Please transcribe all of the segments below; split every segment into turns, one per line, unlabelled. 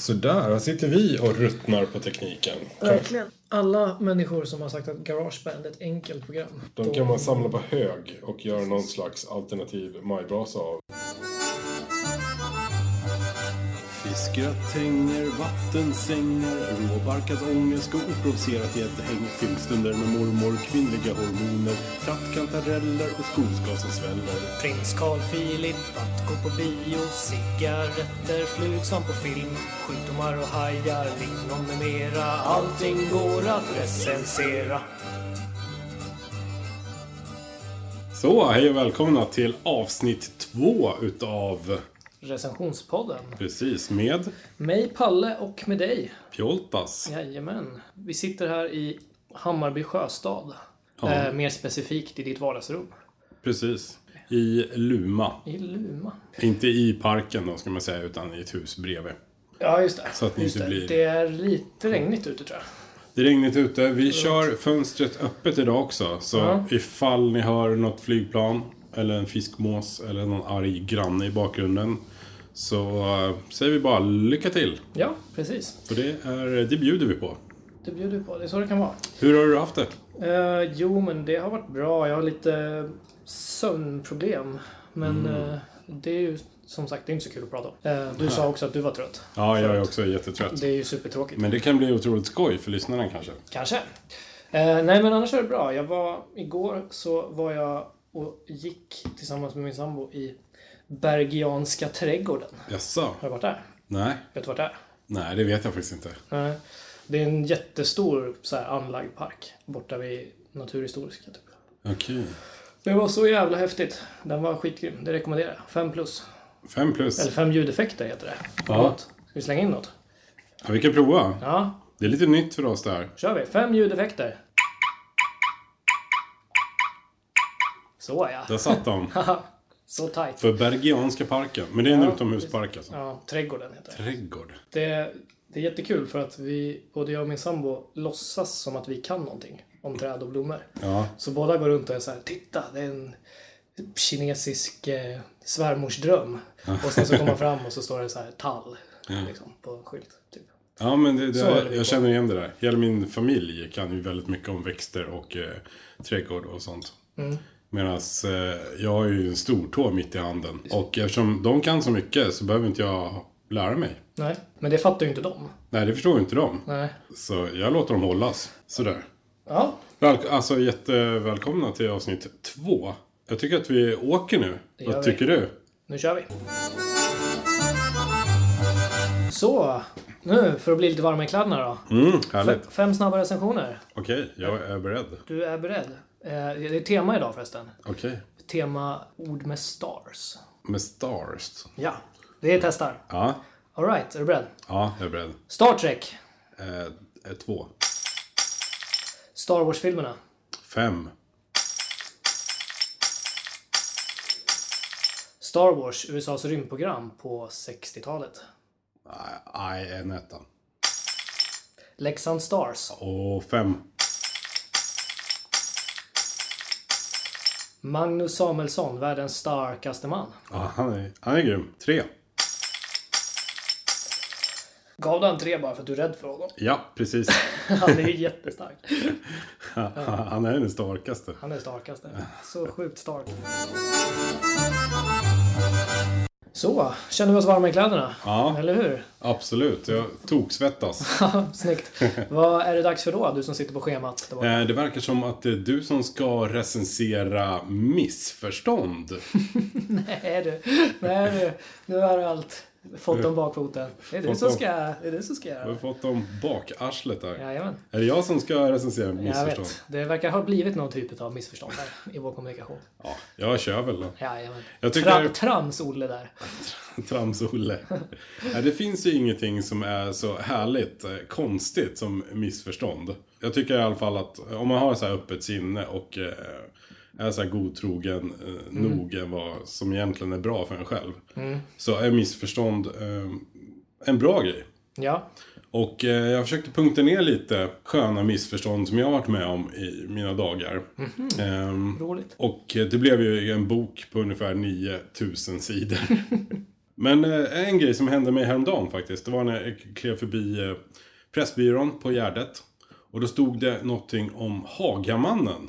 Sådär, här sitter vi och ruttnar på tekniken.
Verkligen.
Alla människor som har sagt att Garageband är ett enkelt program.
De kan man samla på hög och göra någon slags alternativ majbrasa av.
Fiskgröt, tänger, vattensängar, råbarkad ångest och oprovocerat gäddhäng. Filmstunder med mormor, kvinnliga hormoner, trattkantareller och skogsgas som sväller.
Prins Carl Philip, att gå på bio, cigaretter, flug som på film, sjukdomar och hajar, lingon med mera. Allting går att recensera.
Så, hej och välkomna till avsnitt två utav
Recensionspodden.
Precis, med
Mig, Palle och med dig.
Pjoltas.
Jajamän. Vi sitter här i Hammarby sjöstad.
Ja.
Eh, mer specifikt i ditt vardagsrum.
Precis. I Luma.
I Luma.
Inte i parken då, ska man säga, utan i ett hus bredvid.
Ja, just det.
Så att ni
just
inte
det.
blir-
det är lite regnigt ute tror jag.
Det är regnigt ute. Vi kör fönstret öppet idag också. Så
Ja.
ifall ni hör något flygplan eller en fiskmås eller någon arg granne i bakgrunden. Så eh, säger vi bara lycka till.
Ja, precis.
För det, är, det bjuder vi på.
Det bjuder du på. Det är så det kan vara.
Hur har du haft det?
Eh, jo, men det har varit bra. Jag har lite sömnproblem. Men eh, det är ju som sagt det är inte så kul att prata om. Eh, du sa också att du var trött.
Ja, jag är också jättetrött.
Det är ju supertråkigt.
Men det kan bli otroligt skoj för lyssnarna kanske.
Kanske. Eh, nej, men annars är det bra. Jag var, igår så var jag och gick tillsammans med min sambo i Bergianska trädgården.
Jaså?
Har du varit där?
Nej.
Vet du vart det är?
Nej, det vet jag faktiskt inte.
Nej. Det är en jättestor så här, anlagd park borta vid Naturhistoriska. Typ.
Okej.
Det var så jävla häftigt. Den var skitgrym. Det rekommenderar jag. Fem plus.
Fem plus.
Eller fem ljudeffekter heter det.
Ja.
Förlåt. Ska vi slänga in något?
Ja, vi kan prova.
Ja,
Det är lite nytt för oss det här.
kör vi. Fem ljudeffekter. Så ja.
Där satt de.
Haha, så tajt.
För Bergianska parken. Men det är en
Ja,
utomhuspark alltså.
Ja, trädgården heter det.
Trädgård.
det. Det är jättekul för att vi, både jag och min sambo, låtsas som att vi kan någonting om träd och blommor.
Ja.
Så båda går runt och är så här, titta, det är en kinesisk eh, svärmorsdröm. Och sen så kommer man fram och så står det så här, tall, liksom, på en skylt. Typ.
Ja, men det,
Så är
det,
det på.
jag känner igen det där. Hela min familj kan ju väldigt mycket om växter och eh, trädgård och sånt.
Mm.
Medan eh, jag har ju en stortå mitt i handen. Och eftersom de kan så mycket så behöver inte jag lära mig.
Nej, men det fattar ju inte de.
Nej, det förstår ju inte de.
Nej.
Så jag låter dem hållas. Sådär.
Ja,
Väl, alltså jättevälkomna till avsnitt två. Jag tycker att vi åker nu.
Det gör
Vad
vi.
tycker du?
nu kör vi. Så, nu för att bli lite varma i kläderna då.
Mm, härligt.
Fem snabba recensioner.
Okej, jag är beredd.
Du är beredd. Eh, det är tema idag förresten.
Okej.
Tema ord med stars.
Med stars.
Ja, det är testar.
Ja,
Alright, är du beredd?
ja, jag är beredd.
Star Trek.
Eh, eh, två.
Star Wars-filmerna.
Fem.
Star Wars, USAs rymdprogram på 60-talet.
Nej, Nej, en etta.
Leksand Stars.
Och fem.
Magnus Samuelsson, världens starkaste man.
Ja, han, är, han är grym. Tre.
Gav du han tre bara för att du är rädd för honom?
Ja, precis.
Han är ju jättestark.
han är den starkaste.
Han är starkaste. Så sjukt stark. Så, känner vi oss varma i kläderna?
Ja,
Eller hur?
absolut. Jag toksvettas.
Snyggt. Vad är det dags för då, du som sitter på schemat? där borta?
Eh, Det verkar som att det är du som ska recensera missförstånd.
Nej du, nej du. Nu har du allt. Fått dem bakfoten. Det är du
Fått
som
dem.
ska, det är du som ska
Jag har
göra det.
fått dem bakarslet där.
Jajamän.
Är det jag som ska recensera
Jag
missförstånd?
vet. Det verkar ha blivit någon typ av missförstånd här i vår kommunikation.
Ja, jag kör väl då.
Jajamän.
Jag tycker-
Tra- Trams-Olle där.
Trams-Olle. Nej, det finns ju ingenting som är så härligt eh, konstigt som missförstånd. Jag tycker i alla fall att eh, om man har så här öppet sinne och eh, är så här godtrogen eh, nog än vad som egentligen är bra för en själv. Så är missförstånd eh, en bra grej.
Ja.
Och eh, jag försökte punkta ner lite sköna missförstånd som jag har varit med om i mina dagar. Ehm,
Roligt.
eh, och det blev ju en bok på ungefär 9000 sidor. Men eh, en grej som hände mig häromdagen faktiskt. Det var när jag klev förbi eh, Pressbyrån på Gärdet. Och då stod det någonting om Hagamannen.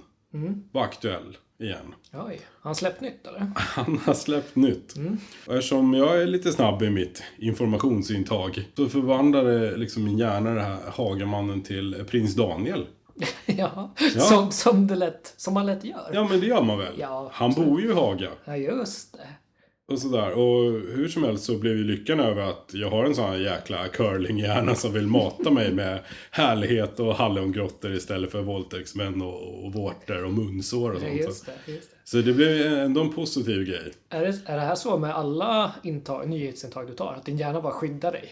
Var aktuell igen.
Oj, har han släppt nytt eller?
Han har släppt nytt. Och eftersom jag är lite snabb i mitt informationsintag så förvandlade liksom min hjärna det här Hagamannen till eh, Prins Daniel.
ja, Som, som, det lätt, som man lätt gör. Ja,
Ja men det gör man väl?
Ja,
Han bor ju i Haga.
just det.
Och sådär. Och hur som helst så blev ju lyckan över att jag har en sån här jäkla curlinghjärna som vill mata mig med härlighet och hallongrottor istället för våldtäktsmän och, och vårtor och munsår och
Ja,
sånt.
just det, just det.
Så det blev ändå en positiv grej.
Är, det är det här så med alla intag, nyhetsintag du tar? Att din hjärna bara skyddar dig?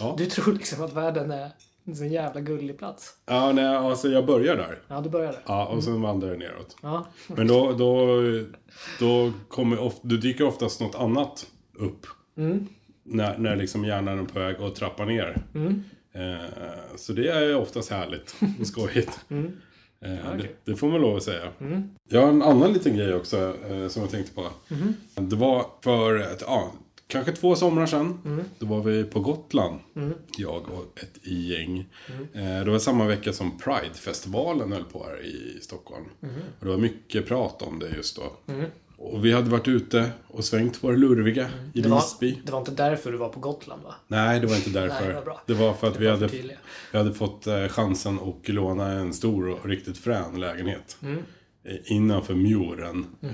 Ja.
Du tror liksom att världen är en sån jävla gullig plats.
Ja, nej, alltså jag börjar där.
Ja, du började.
Ja, och
Mm.
sen vandrar jag neråt.
Ja.
Men då, då, då kommer of, då dyker oftast något annat upp. När, när liksom hjärnan är på väg att trappa ner.
Mm.
Eh, så det är oftast härligt och skojigt.
Mm.
Eh, det, det får man lov att säga. Jag har en annan liten grej också eh, som jag tänkte på.
Mm.
Det var för ett, ja, kanske två somrar sedan.
Mm.
Då var vi på Gotland. Jag och ett gäng.
Mm.
Eh, det var samma vecka som Pride-festivalen höll på här i Stockholm.
Mm.
Och det var mycket prat om det just då. Och vi hade varit ute och svängt vår lurviga i
Mm. Det, var,
Visby.
det var inte därför du var på Gotland va?
Nej, det var inte därför.
Nej,
det,
vad
var
bra.
för att
Det
vi,
var
hade,
förtydliga.
vi hade fått eh, chansen att låna en stor och riktigt frän lägenhet.
Mm.
Eh, Innanför muren.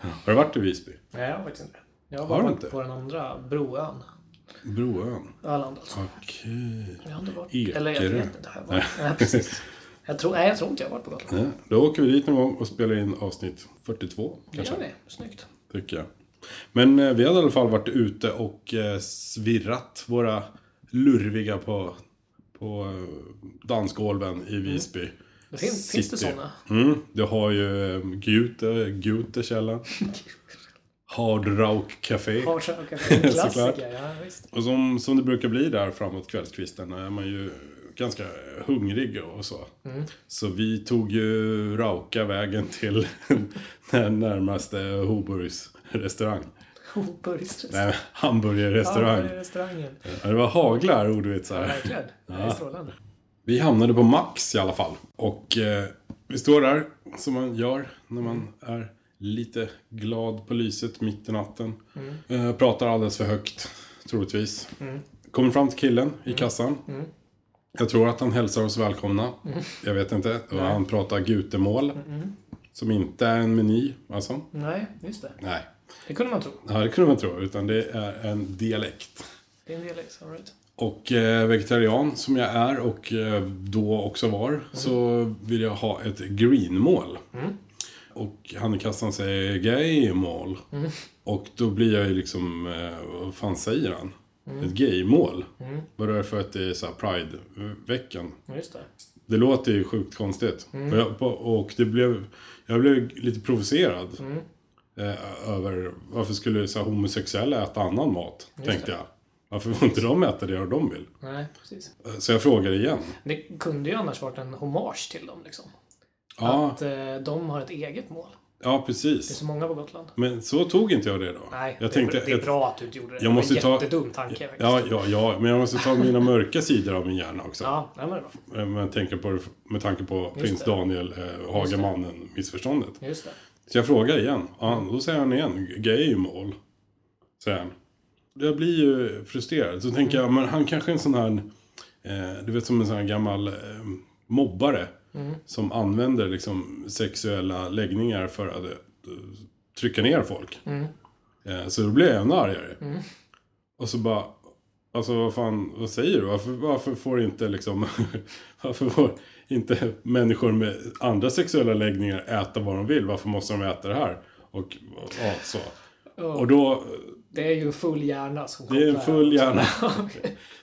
Har du varit i Visby?
Nej, jag har faktiskt inte det. Jag har
Har
bara
du
varit
inte?
på den andra Broön.
Broön?
Öland alltså.
Okej.
Jag har inte varit.
Ekerö.
Eller jag vet inte. Har jag varit? Nej, precis. Jag tror, nej, jag tror inte jag har varit på Gotland.
Ja, Då åker vi dit någon gång och spelar in avsnitt 42
Det
kanske.
gör vi. Snyggt.
Tycker jag. Men eh, vi hade i alla fall varit ute och eh, svirrat våra lurviga på, på eh, dansgolven i Visby.
Det Mm. finns, finns det
City.
sådana?
Mm, du har ju eh, Gute, Gute källa. Hard Rauk Café.
Har så- okej, det är en klassiker. ja, visst.
Och som, som det brukar bli där framåt kvällskvisten är man ju ganska hungrig och så. Så vi tog ju raka vägen till den närmaste Hoburgs restaurang.
Hoburgsrestaurang.
Nej, hamburgerrestaurang.
Restaurangen.
Ja, det var haglar ordvitsar.
Verkligen. Det är strålande.
Vi hamnade på Max i alla fall. Och eh, vi står där, som man gör när man är lite glad på lyset mitt i natten. Eh, pratar alldeles för högt, troligtvis. Kommer fram till killen i kassan. Jag tror att han hälsar oss välkomna. Jag vet inte. Och han pratar gutemål. Som inte är en meny, alltså.
Nej, just det.
Nej,
Det kunde man tro.
det här kunde man tro. Utan det är en dialekt.
Det är en dialekt. all Right.
Och eh, vegetarian som jag är och eh, då också var så vill jag ha ett greenmål. Och han i kassan säger gaymål. Och då blir jag ju liksom, eh, vad fan säger han? Ett gaymål? Bara för att det är så här Pride-veckan.
Ja, Just det.
Det låter ju sjukt konstigt. Och, jag, och det blev, jag blev lite provocerad. Eh, över varför skulle så här, homosexuella äta annan mat? tänkte jag. Varför får inte de äta det de vill?
Nej, precis.
Eh, Så jag frågade igen.
Det kunde ju annars varit en hommage till dem liksom.
Ja,
Att eh, de har ett eget mål.
ja
Det är
precis.
så många på Gotland.
Men så tog inte jag det då.
Nej,
jag
det,
tänkte,
det är bra att du inte gjorde det.
jag måste
det
ta-
var en jättedum tanke faktiskt.
Ja, ja, ja, men jag måste ta mina mörka sidor av min hjärna också.
ja nej, men det är bra.
Eh, Men tänka på, det- med tanke på prins
det.
Daniel, eh, Hagamannen-missförståndet.
Just det.
Så jag frågar igen. Ja, då säger han igen, gaymål. Säger han. Jag blir ju frustrerad. Så tänker jag, men han kanske är en sån här, eh, du vet som en sån här gammal eh, mobbare. Som använder liksom sexuella läggningar för att eh, trycka ner folk. Eh, så då blir jag ännu argare. Och så bara, alltså vad fan, vad säger du? Varför, varför får inte liksom, varför får inte människor med andra sexuella läggningar äta vad de vill? Varför måste de äta det här? Och ja, så. Och då,
Det är ju en full hjärna som
det är en
kopplar
full
här.
hjärna.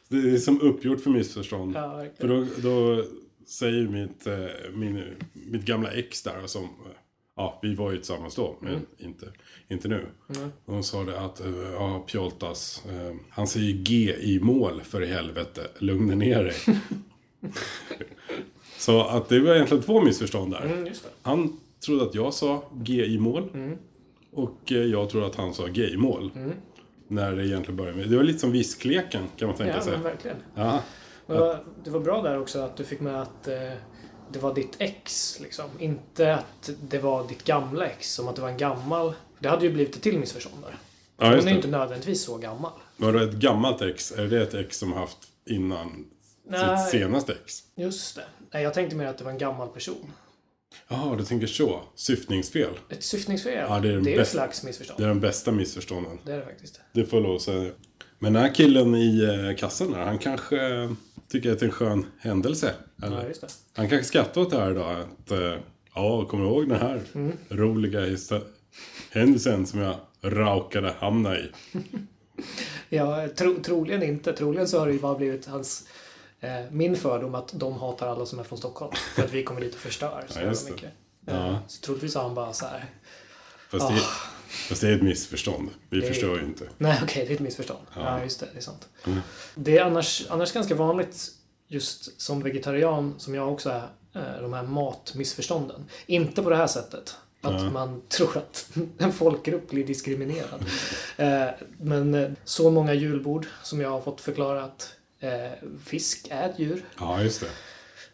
Det är som uppgjort för missförstånd.
Ja, verkligen.
För då, då säger mitt, eh, min, mitt gamla ex där som, eh, ja vi var ju tillsammans då, men
Mm.
inte, inte nu. Hon sa det att, eh, ja Pjoltas, eh, han säger G i mål för i helvete, lugna ner dig. Så att det var egentligen två missförstånd där.
Mm, just det.
Han
Mm.
trodde att jag sa G i mål. Och eh, jag trodde att han sa gay mål. när det egentligen började med. Det var lite som viskleken kan man tänka
Ja,
sig.
men verkligen.
Ja,
Det var, det var bra där också att du fick med att eh, det var ditt ex. Liksom. Inte att det var ditt gamla ex, som att det var en gammal. Det hade ju blivit ett till missförstånd där.
ja
Hon
just
är
det.
ju inte nödvändigtvis så gammal.
Var det ett gammalt ex? Är det ett ex som haft innan sitt
Nej,
senaste ex?
just det. Nej, jag tänkte mer att det var en gammal person.
Jaha, du tänker så. Syftningsfel.
Ett syftningsfel.
Ja, det är den
ju ett
bästa-
slags
Det
missförstånd.
är den bästa missförstånden.
Det är det faktiskt.
Det får jag lov att säga. Men den här killen i eh, kassan där, han kanske eh, tycker att det är en skön händelse. Eller?
Ja, just det.
Han kanske skrattar åt det här idag. Att, eh, ja, kommer du ihåg den här
Mm.
roliga histo- händelsen som jag raukade hamna i?
Ja, tro, troligen inte. Troligen så har det ju bara blivit hans... Eh, min fördom att de hatar alla som är från Stockholm. För att vi kommer dit och förstör så
Ja,
jävla
just det.
mycket.
Ja.
Eh, Så troligtvis har han bara så här.
Fast, det,
Ah.
fast det är ett missförstånd. Vi förstår ju inte.
Nej, okej, det är ett missförstånd. Ja, just det. Det är sant. Det är annars, annars ganska vanligt, just som vegetarian, som jag också är, eh, de här matmissförstånden. Inte på det här sättet. Att man tror att en folkgrupp blir diskriminerad. Eh, Men eh, så många julbord som jag har fått förklara att eh, fisk är ett djur.
Ja, just det.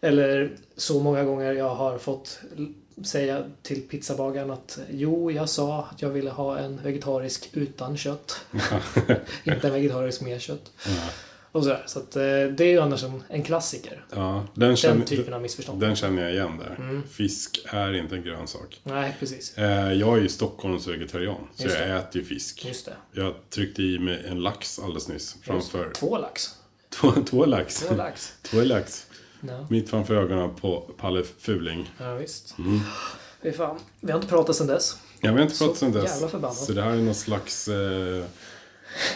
Eller så många gånger jag har fått l- säga till pizzabagaren att jo, jag sa att jag ville ha en vegetarisk utan kött. Inte en vegetarisk med kött. Och sådär. Så att, eh, det är ju annars en, en klassiker.
Ja, den,
Den
känner,
typen av missförstånd.
den känner jag igen där.
Mm.
Fisk är inte en grönsak.
Nej, precis.
Eh, jag är ju Stockholms vegetarian, så
Just
jag
det.
äter ju fisk.
Just det.
Jag tryckte i mig en lax alldeles nyss. Framför
Två lax.
två, två lax.
Två lax.
Två lax.
Ja,
Mitt framför ögonen på Palle Fuling.
ja visst.
Mm.
Fy fan. Vi har inte pratat sedan dess.
Jag har inte
Så
pratat sedan dess.
jävla förbannat.
Så det här är någon slags... Eh,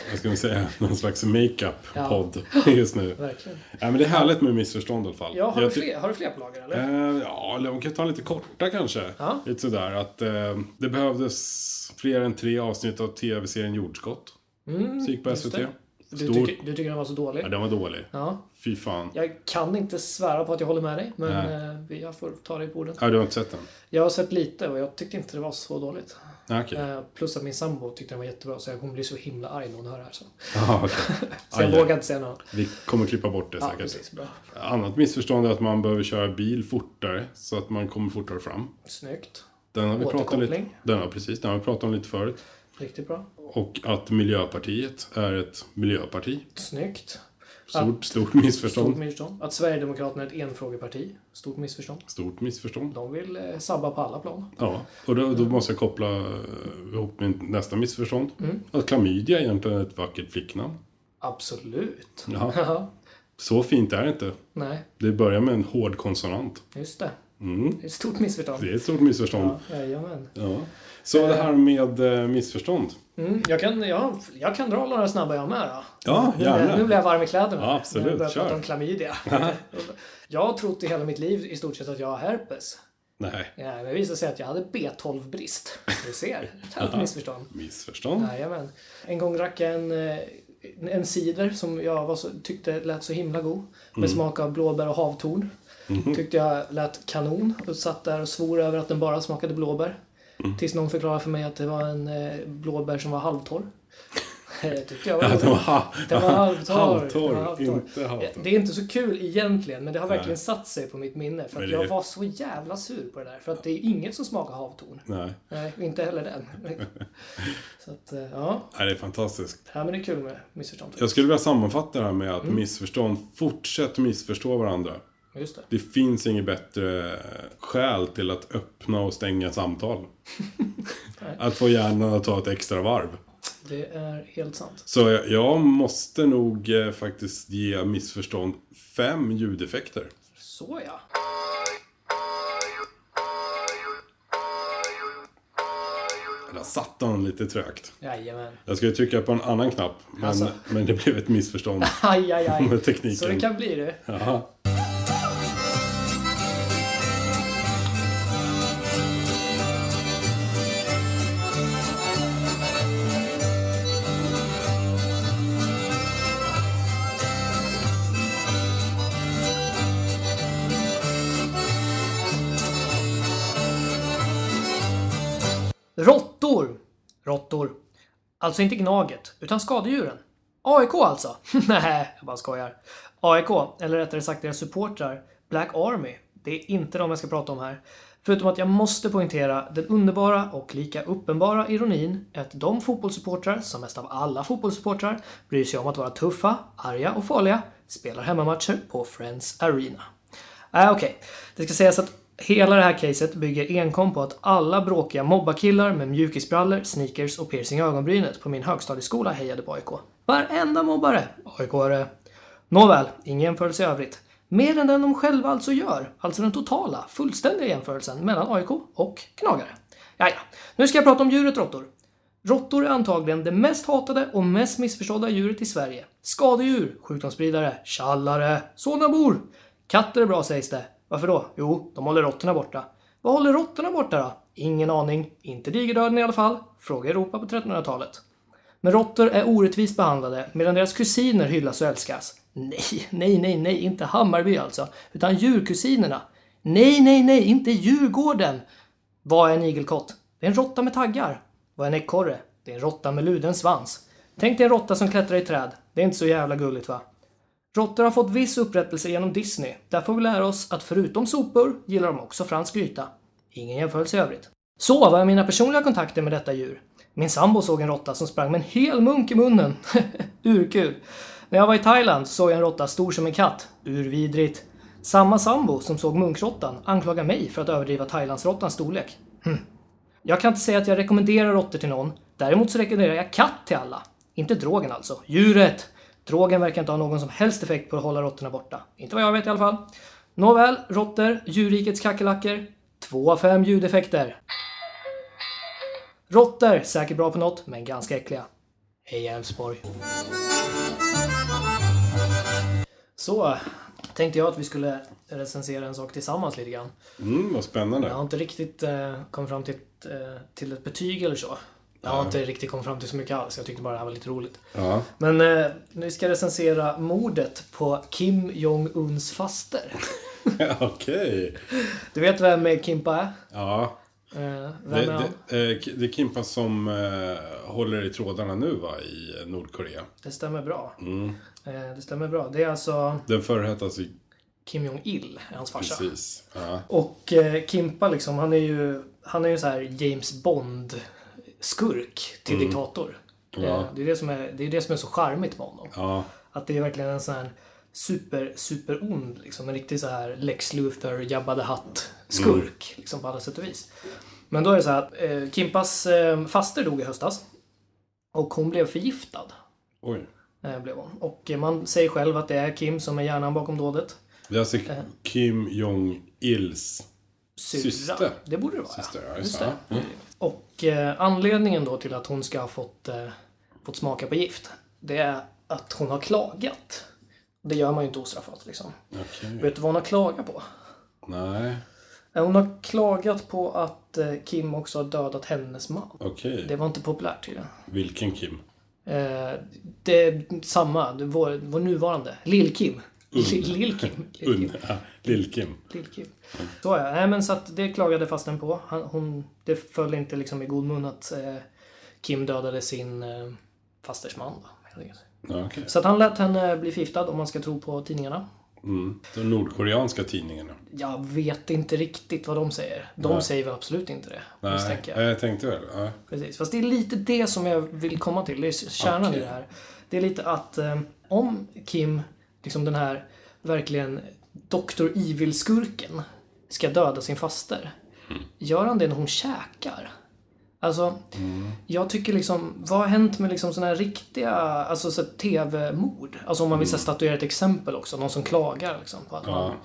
vad ska man säga? Någon slags makeup-podd just nu.
Verkligen.
Ja, men det är härligt med missförstånd i alla fall.
Ja, har,
Jag
du
ty-
fler, har du fler på lager eller?
Eh, ja, eller man kan ta lite korta kanske.
Ja.
Lite sådär att eh, det behövdes fler än tre avsnitt av tv-serien Jordskott. som gick på
Mm, just
SVT.
det. Du
Stor...
tycker, du tycker den var så dålig?
Ja, den var dålig.
Ja.
Fy fan. Ja.
Jag kan inte svära på att jag håller med dig, men
Nej.
eh, vi- jag får ta dig på orden.
du har inte sett den?
Jag har sett lite och jag tyckte inte det var så dåligt.
Nej, okej.
Eh, Plus att min sambo tyckte den var jättebra, så hon blir så himla arg när hon hör det här. Så,
Ah, okej.
så jag
Aj,
vågar inte säga något.
Vi kommer klippa bort det
Ja,
säkert.
precis. Bra.
Annat missförstånd är att man behöver köra bil fortare så att man kommer fortare fram.
Snyggt.
Den har vi pratat lite,
Återkoppling.
den har, precis, den har vi pratat om lite förut.
Riktigt bra.
Och att Miljöpartiet är ett miljöparti.
Snyggt.
Stort, stort
Stort
missförstånd.
missförstånd. Att Sverigedemokraterna är ett enfrågeparti. Stort missförstånd.
Stort missförstånd.
De vill eh, sabba på alla plan.
Ja, och då,
Mm.
då måste jag koppla eh, ihop min nästa missförstånd.
Mm.
Att klamydia egentligen är ett vackert flicknamn.
Absolut.
Ja.
Ja.
Så fint är det inte.
Nej,
Det börjar med en hård konsonant.
just det.
Mm.
Det är ett stort missförstånd.
Det är ett stort missförstånd.
Ja, jajamän.
Ja. Så det här med eh, missförstånd.
Mm, jag, kan, ja, jag kan dra några snabba jag med då.
Ja,
Nu, nu
gärna.
blir jag varm i kläderna.
Ja, absolut.
Nu börjar jag prata
Kör.
om klamydia. jag har trott i hela mitt liv i stort sett att jag har herpes.
Nej,
Ja, men det visade sig att jag hade B12-brist. Du ser, ett halvt missförstånd.
missförstånd.
Jajamän. En gång drack jag en, eh, en cider som jag var så, tyckte lät så himla god. Med
Mm.
smak av blåbär och havtorn.
Mm-hmm.
Tyckte jag lät kanon och satt där och svor över att den bara smakade blåbär.
Mm.
Tills någon förklarade för mig att det var en eh, blåbär som var halvtorr. Det tyckte jag var
Ja,
roligt.
den var, ha-
Den var halvtorr.
halvtorr,
Den var halvtorr.
Inte halvtorr.
Det är inte så kul egentligen, men det har verkligen satt sig på mitt minne. För
Men
att
det är-
jag var så jävla sur på det där. För att det är inget som smakar havtorn.
Nej.
Nej, inte heller den. Så att, eh, ja.
Nej, det är fantastiskt.
Ja, men det är kul med missförstånd.
Jag skulle vilja sammanfatta det här med att
Mm.
missförstånd, fortsätt missförstå varandra.
Just det.
Det finns inget bättre skäl till att öppna och stänga samtal. att få hjärnan att ta ett extra varv.
Det är helt sant.
Så jag, jag måste nog eh, faktiskt ge missförstånd fem ljudeffekter.
Så ja.
Där satt den lite trögt.
Jajamän.
Jag skulle trycka på en annan knapp, men,
Alltså.
men det blev ett missförstånd.
Aj, aj, aj.
Med tekniken.
Så det kan bli det.
Jaha.
Råttor! Råttor. Alltså inte Gnaget, utan skadedjuren. AIK alltså? Nej, jag bara skojar. AIK, eller rättare sagt deras supportrar, Black Army. Det är inte de jag ska prata om här. Förutom att jag måste poängtera den underbara och lika uppenbara ironin att de fotbollssupportrar som mest av alla fotbollssupportrar bryr sig om att vara tuffa, arga och farliga spelar hemmamatcher på Friends Arena. Äh, Okej, det ska sägas att hela det här caset bygger enkom på att alla bråkiga mobbakillar med mjukisbrallor, sneakers och piercing i ögonbrynet på min högstadieskola hejade på AIK. Varenda mobbare! AIK-are. Nåväl, ingen jämförelse i övrigt. Mer än den de själva alltså gör, alltså den totala, fullständiga jämförelsen mellan AIK och Gnagare. Jaja, nu ska jag prata om djuret råttor. Råttor är antagligen det mest hatade och mest missförstådda djuret i Sverige. Skadedjur, sjukdomsspridare, tjallare, Solnabor. Katter är bra sägs det. Varför då? Jo, de håller råttorna borta. Vad håller råttorna borta då? Ingen aning. Inte digerdöden i alla fall. Fråga Europa på 1300-talet. Men råttor är orättvist behandlade medan deras kusiner hyllas och älskas. Nej, nej, nej, nej, inte Hammarby alltså, utan djurkusinerna. Nej, nej, nej, inte Djurgården! Vad är en igelkott? Det är en råtta med taggar. Vad är en ekorre? Det är en råtta med luden svans. Tänk dig en råtta som klättrar i träd. Det är inte så jävla gulligt va? Råttor har fått viss upprättelse genom Disney. Där får vi lära oss att förutom sopor gillar de också fransk gryta. Ingen jämförelse i övrigt. Så, vad är mina personliga kontakter med detta djur? Min sambo såg en råtta som sprang med en hel munk i munnen. Urkul. När jag var i Thailand såg jag en råtta stor som en katt. Urvidrigt. Samma sambo som såg munkråttan anklagar mig för att överdriva Thailandsråttans storlek. Hm. Jag kan inte säga att jag rekommenderar råttor till någon. Däremot så rekommenderar jag katt till alla. Inte drogen alltså. Djuret! Drogen verkar inte ha någon som helst effekt på att hålla råttorna borta. Inte vad jag vet i alla fall. Nåväl, råttor, djurrikets kackerlackor. Två av fem ljudeffekter. Råttor, säkert bra på något, men ganska äckliga. Hej Elfsborg. Så, tänkte jag att vi skulle recensera en sak tillsammans lite grann.
Mm, vad spännande.
Jag har inte riktigt eh, kommit fram till ett, eh, till ett betyg eller så. Jag har inte riktigt kommit fram till så mycket alls. Jag tyckte bara det här var lite roligt.
Ja.
Men eh, nu ska jag recensera mordet på Kim Jong-Uns faster.
Okej.
Du vet vem Kimpa är?
Ja.
Eh, vem
Det,
är han?
det, eh, K- det är Kimpa som eh, håller i trådarna nu va, i Nordkorea.
Det stämmer bra.
Mm.
Eh, det stämmer bra. Det är alltså
Den förre hette alltså
Kim Jong-Il, är hans farsa.
precis. Ja.
Och eh, Kimpa liksom, han är ju, han är ju så här James Bond-skurk till
Mm.
diktator. Eh, det, är det, som är, det är det som är så charmigt med honom.
ja.
Att det är verkligen en sån här super, super ond, liksom. En riktig så här Lex Luthor, Jabba the
Mm.
Hutt-skurk. Liksom på alla sätt och vis. Men då är det så här att eh, Kimpas eh, faster dog i höstas. Och hon blev förgiftad.
Oj.
Eh, blev hon. Och eh, man säger själv att det är Kim som är hjärnan bakom dådet.
Det är alltså
Eh.
Kim Jong-Ils
Syrra.
Syster.
Det borde det vara.
syster. Ja,
Just
just
det.
det. Mm.
Och eh, anledningen då till att hon ska ha fått, eh, fått smaka på gift, det är att hon har klagat. Det gör man ju inte ostraffat liksom.
Mm. Okej.
Vet du vad hon har klagat på?
Nej.
Eh, Hon har klagat på att eh, Kim också har dödat hennes man.
Okej.
Det var inte populärt tydligen.
Vilken Kim?
Eh, det är samma, det är vår, vår nuvarande. Lill-Kim. Lill-Kim. Lill-Kim.
Un- ja, Lill-Kim.
Lill-Kim. Så ja, nej men så att det klagade fasten på. Han, hon, det föll inte liksom i god mun att eh, Kim dödade sin eh, fasters man. Då, helt enkelt.
Ja, okej.
så att han lät henne bli förgiftad om man ska tro på tidningarna.
Mm. De nordkoreanska tidningarna.
Jag vet inte riktigt vad de säger. De säger väl absolut inte det,
Nej,
misstänker jag.
jag. jag tänkte väl. Ja.
Precis. Fast det är lite det som jag vill komma till. Det är kärnan i
Okej.
det här. Det är lite att eh, om Kim, liksom den här verkligen Dr. Evil-skurken, ska döda sin faster. Gör han det när hon käkar? Alltså, jag tycker liksom, vad har hänt med liksom sådana här riktiga, alltså så här TV-mord? Alltså om man vill så här statuera ett exempel också, någon som klagar liksom på att man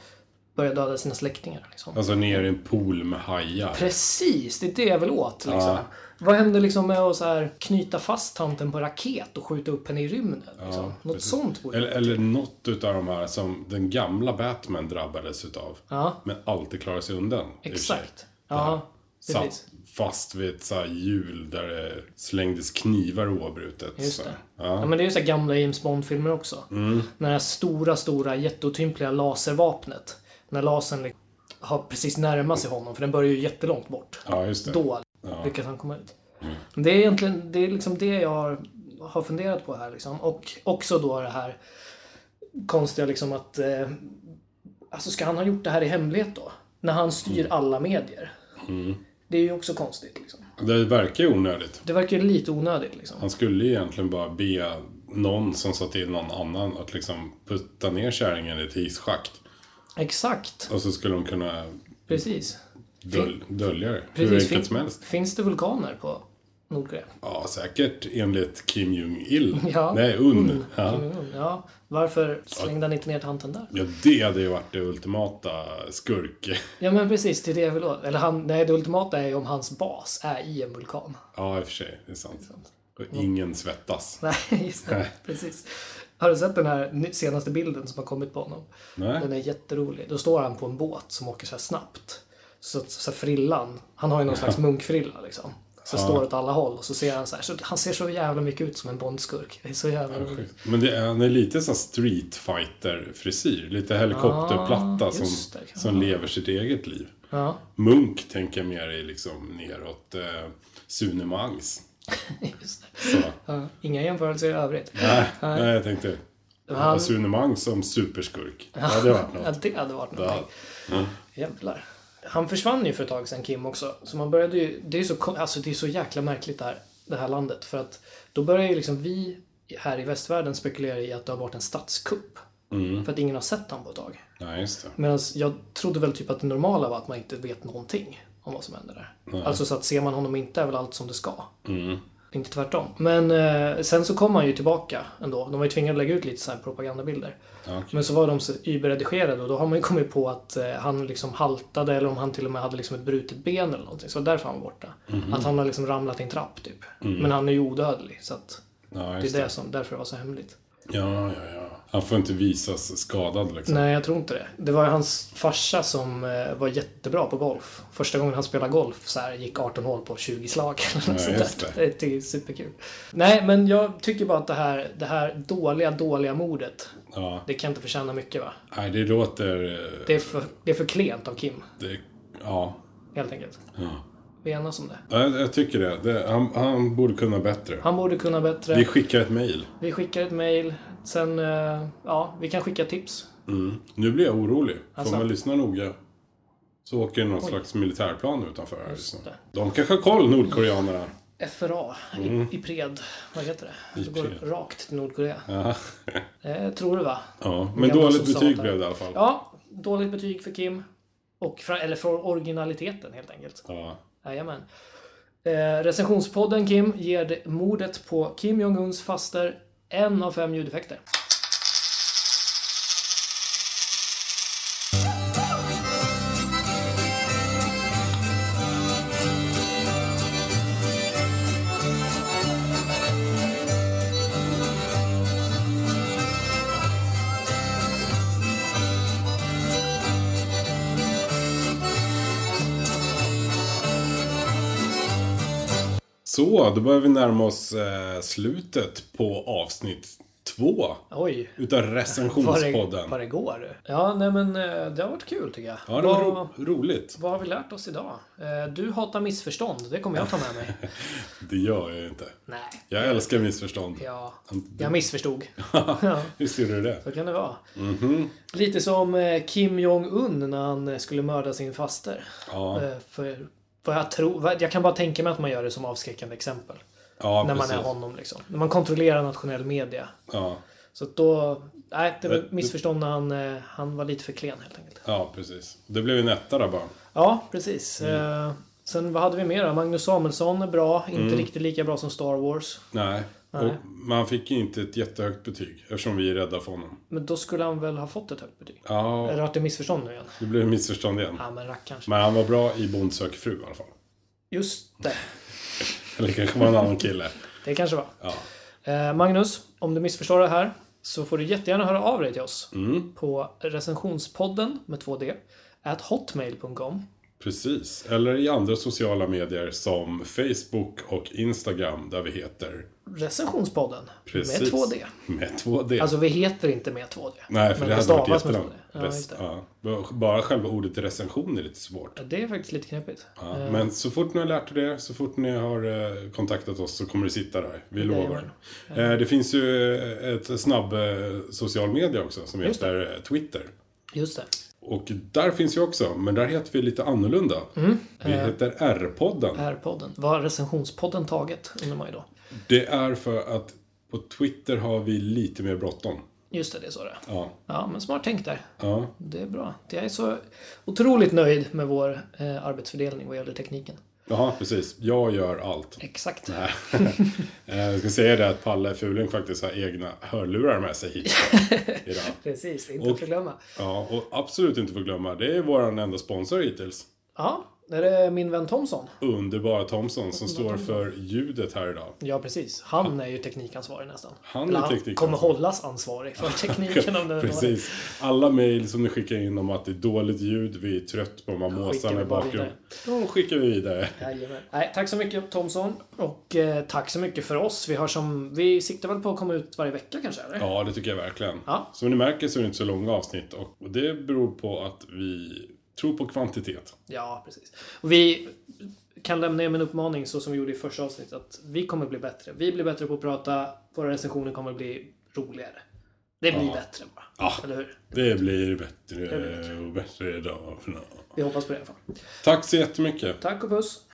börjar döda sina släktingar. Liksom.
Alltså ner i en pool med hajar.
Precis, det är det jag vill åt. Liksom.
Ja.
Vad händer liksom med att så här, knyta fast tanten på raket och skjuta upp henne i rymden? Liksom? Något
precis.
sånt borde
Eller, eller något utav de här som den gamla Batman drabbades utav.
Ja,
Men alltid klarar sig undan. i och för sig.
exakt. Ja, precis.
Satt fast vid ett så här hjul där det slängdes knivar oavbrutet.
Just
så.
det. Ja,
Ja. Mm.
men det är ju så här gamla James Bond-filmer också. När det här stora, stora, jätteotympliga laservapnet. När lasern liksom har precis närmat sig honom, för den börjar ju jättelångt bort.
ja, Mm. just det.
Då lyckas han komma ut. Det är egentligen det, är liksom det jag har, har funderat på här. Liksom. Och också då det här konstiga liksom att... Eh, alltså ska han ha gjort det här i hemlighet då? När han styr
Mm.
alla medier. Det är ju också konstigt. Liksom.
Det verkar ju onödigt.
Det verkar ju lite onödigt liksom.
Han skulle ju egentligen bara be någon som sa till någon annan att liksom putta ner kärringen i ett hisschakt.
Exakt,
Och så skulle de kunna
precis.
döl- dölja det. Hur
precis.
enkelt
Fin,
som helst.
Finns det vulkaner på Nordkorea?
Ja, säkert enligt Kim Jong-Il.
Ja.
Nej, Un. Ja.
Mm, ja. Varför slängde han inte ner tanten där?
Ja, det hade ju varit det ultimata skurk...
Ja men precis, det är det jag vill åt. Eller han, nej, det ultimata är ju om hans bas är i en vulkan.
Ja, i och för sig. Det är sant. Och ingen svettas.
Nej, just det. Precis. Har du sett den här ny- senaste bilden som har kommit på honom?
Nej.
Den är jätterolig. Då står han på en båt som åker så här snabbt. Så, att- så här frillan, han har ju någon slags munkfrilla liksom. Så står åt alla håll och så ser han så här. Så, han ser så jävla mycket ut som en Bondskurk. Det är så jävla roligt.
Men det är, han är lite sån streetfighter-frisyr. Lite helikopterplatta
Ah,
som,
just det.
som lever sitt eget liv.
Ja,
Munk tänker jag mer i liksom neråt eh, Sune Mangs.
just det.
Så.
Ja, inga jämförelser i övrigt.
Nej, nej, jag tänkte
Han,
Sune Mangs som superskurk. Det hade varit
ja,
något.
det hade varit någonting.
Ja.
Jävlar. Han försvann ju för ett tag sedan Kim också. Så man började ju, det är ju så, kon- alltså det är så jäkla märkligt det här, det här landet. För att då börjar ju liksom vi här i västvärlden spekulera i att det har varit en statskupp.
Mm.
För att ingen har sett honom på ett tag.
Nej, just det.
Medan jag trodde väl typ att det normala var att man inte vet någonting om vad som händer där. Alltså så att ser man honom inte är väl allt som det ska.
Mm.
Inte tvärtom. Men eh, sen så kom han ju tillbaka ändå. De var ju tvingade att lägga ut lite så här propagandabilder.
Ja, okej.
Men så var de så überredigerade och då har man ju kommit på att eh, han liksom haltade eller om han till och med hade liksom ett brutet ben eller någonting. Så det var därför han var borta.
Mhm.
Att han har liksom ramlat i en trapp typ. Men han är ju odödlig så att
Ja,
det
Mm. just
är det
det.
som, därför det var så hemligt.
Ja, ja, ja. Han får inte visas skadad liksom.
Nej, jag tror inte det. Det var ju hans farsa som eh, var jättebra på golf. Första gången han spelade golf så här, gick 18 hål på 20 slag.
Ja,
Eller något sånt
just
där. Det. det är superkul. Nej, men jag tycker bara att det här, det här dåliga, dåliga mordet,
Ja.
det kan inte förtjäna mycket va?
Nej, det låter... eh,
Det är för, det är för klent av Kim,
Det, ja.
helt enkelt.
Ja.
Vi enas om det.
Jag, jag tycker det. det han, han borde kunna bättre.
Han borde kunna bättre.
Vi
Vi,
skickar ett mejl.
skickar ett mejl. Sen, eh, ja, vi kan skicka tips.
Mm. Nu blir jag orolig.
Alltså.
Får man lyssna noga så åker någon slags militärplan utanför här. liksom.
det.
De kanske har koll, nordkoreanerna.
FRA,
Mm.
i, Ipred, vad heter det? Det går
Ipred.
rakt till Nordkorea.
Ja,
Eh, tror du va?
ja. men
Gamla
dåligt betyg
soldater.
blev det i alla fall.
Ja, dåligt betyg för Kim. Och för, eller för originaliteten helt enkelt.
Ja.
Jajamän. Eh, recensionspodden Kim ger det- mordet på Kim Jong-Uns faster en av fem ljudeffekter.
Så, då börjar vi närma oss eh, slutet på avsnitt två
Oj,
utav
vad det,
recensionspodden.
vad det går. Ja, nej men eh, det har varit kul tycker jag.
Ja, det var
Vad-
ro- roligt.
Vad har vi lärt oss idag? Eh, Du hatar missförstånd, det kommer jag ta med mig.
Det gör jag ju inte.
Nej,
Jag älskar missförstånd.
ja, jag missförstod. Ja,
Hur ser du det?
så kan det vara.
Mhm.
Lite som eh, Kim Jong-Un när han eh, skulle mörda sin faster.
Ja,
Eh, För vad jag, tror, vad- jag kan bara tänka mig att man gör det som avskräckande exempel.
ja
när man
precis.
är honom liksom. När man kontrollerar nationell media.
Ja,
Så att då... Nej, det var
Men-
missförstånd när han, eh, han var lite för klen helt enkelt.
ja, precis. Det blev en etta där bara.
Ja, precis.
Mm.
Eh, Sen vad hade vi mer då? Magnus Samuelsson är bra. Inte riktigt lika bra som Star Wars.
Nej.
Nej.
Och man fick ju inte ett jättehögt betyg eftersom vi är rädda för honom.
Men då skulle han väl ha fått ett högt betyg?
Ja,
Eller att det är missförstånd nu igen?
det blev missförstånd igen.
Ja, men rackarns.
Men han var bra i Bond söker fru i alla fall.
Just det.
Eller kanske var en annan kille.
Det kanske var.
Ja.
Eh, Magnus, om du missförstår det här så får du jättegärna höra av
Mm.
dig till oss på recensionspodden med 2D at hotmail.com
Precis. Eller i andra sociala medier som Facebook och Instagram där vi heter
Recensionspodden.
Precis.
Med 2D.
Med 2D.
Alltså vi heter inte med 2D.
Nej, för
men
det hade varit
stavas med
jättelångt.
2D. Ja, just det.
Ja, Bara själva ordet recension är lite svårt.
Ja, det är faktiskt lite knepigt.
Ja, men så fort ni har lärt er det, så fort ni har eh, kontaktat oss så kommer det sitta där. Vi lovar. Eh, det finns ju eh, ett snabb eh, social media också som
Just
heter eh, Twitter.
Just det.
Och där finns ju också, men där heter vi lite annorlunda.
Mm.
Vi
Eh.
heter R-podden.
Här podden. Var recensionspodden taget undrar man ju då.
Det är för att på Twitter har vi lite mer bråttom.
Just det, det sa det.
Ja.
Ja, men smart tänkt där.
ja.
Det är bra. Jag är så otroligt nöjd med vår eh, arbetsfördelning vad gäller tekniken.
Jaha, precis. Jag gör allt.
Exakt.
Eh, Jag ska säga det att Palle Fuling faktiskt har egna hörlurar med sig hit idag.
Precis, inte
Och-
att förglömma.
Ja, och absolut inte få glömma, det är vår enda sponsor hittills.
Ja, är det min vän Thomson?
Underbara Thomson som står för ljudet här idag.
Ja, precis. Han är ju teknikansvarig nästan.
Han är
Eller
teknikansvarig.
kommer hållas ansvarig för tekniken om det är några-
Precis. Alla mejl som ni skickar in om att det är dåligt ljud, vi är trött på de här måsarna
vi
i
bara
bakgrunden. De skickar vi vidare.
Jajamän. Nej, tack så mycket Thomson. Och eh, tack så mycket för oss. Vi, har som, vi siktar väl på att komma ut varje vecka kanske? Eller?
Ja, det tycker jag verkligen.
Ja.
Som ni märker så är det inte så långa avsnitt och och det beror på att vi tror på kvantitet.
Ja, precis. Och vi kan lämna er med en uppmaning så som vi gjorde i första avsnittet. Att vi kommer bli bättre. Vi blir bättre på att prata. Våra recensioner kommer bli roligare. Det blir bättre bara.
Ja.
Eller hur?
Det blir bättre
blir bättre.
och bättre idag. för nå.
Vi hoppas på det i alla fall.
Tack så jättemycket.
Tack och puss.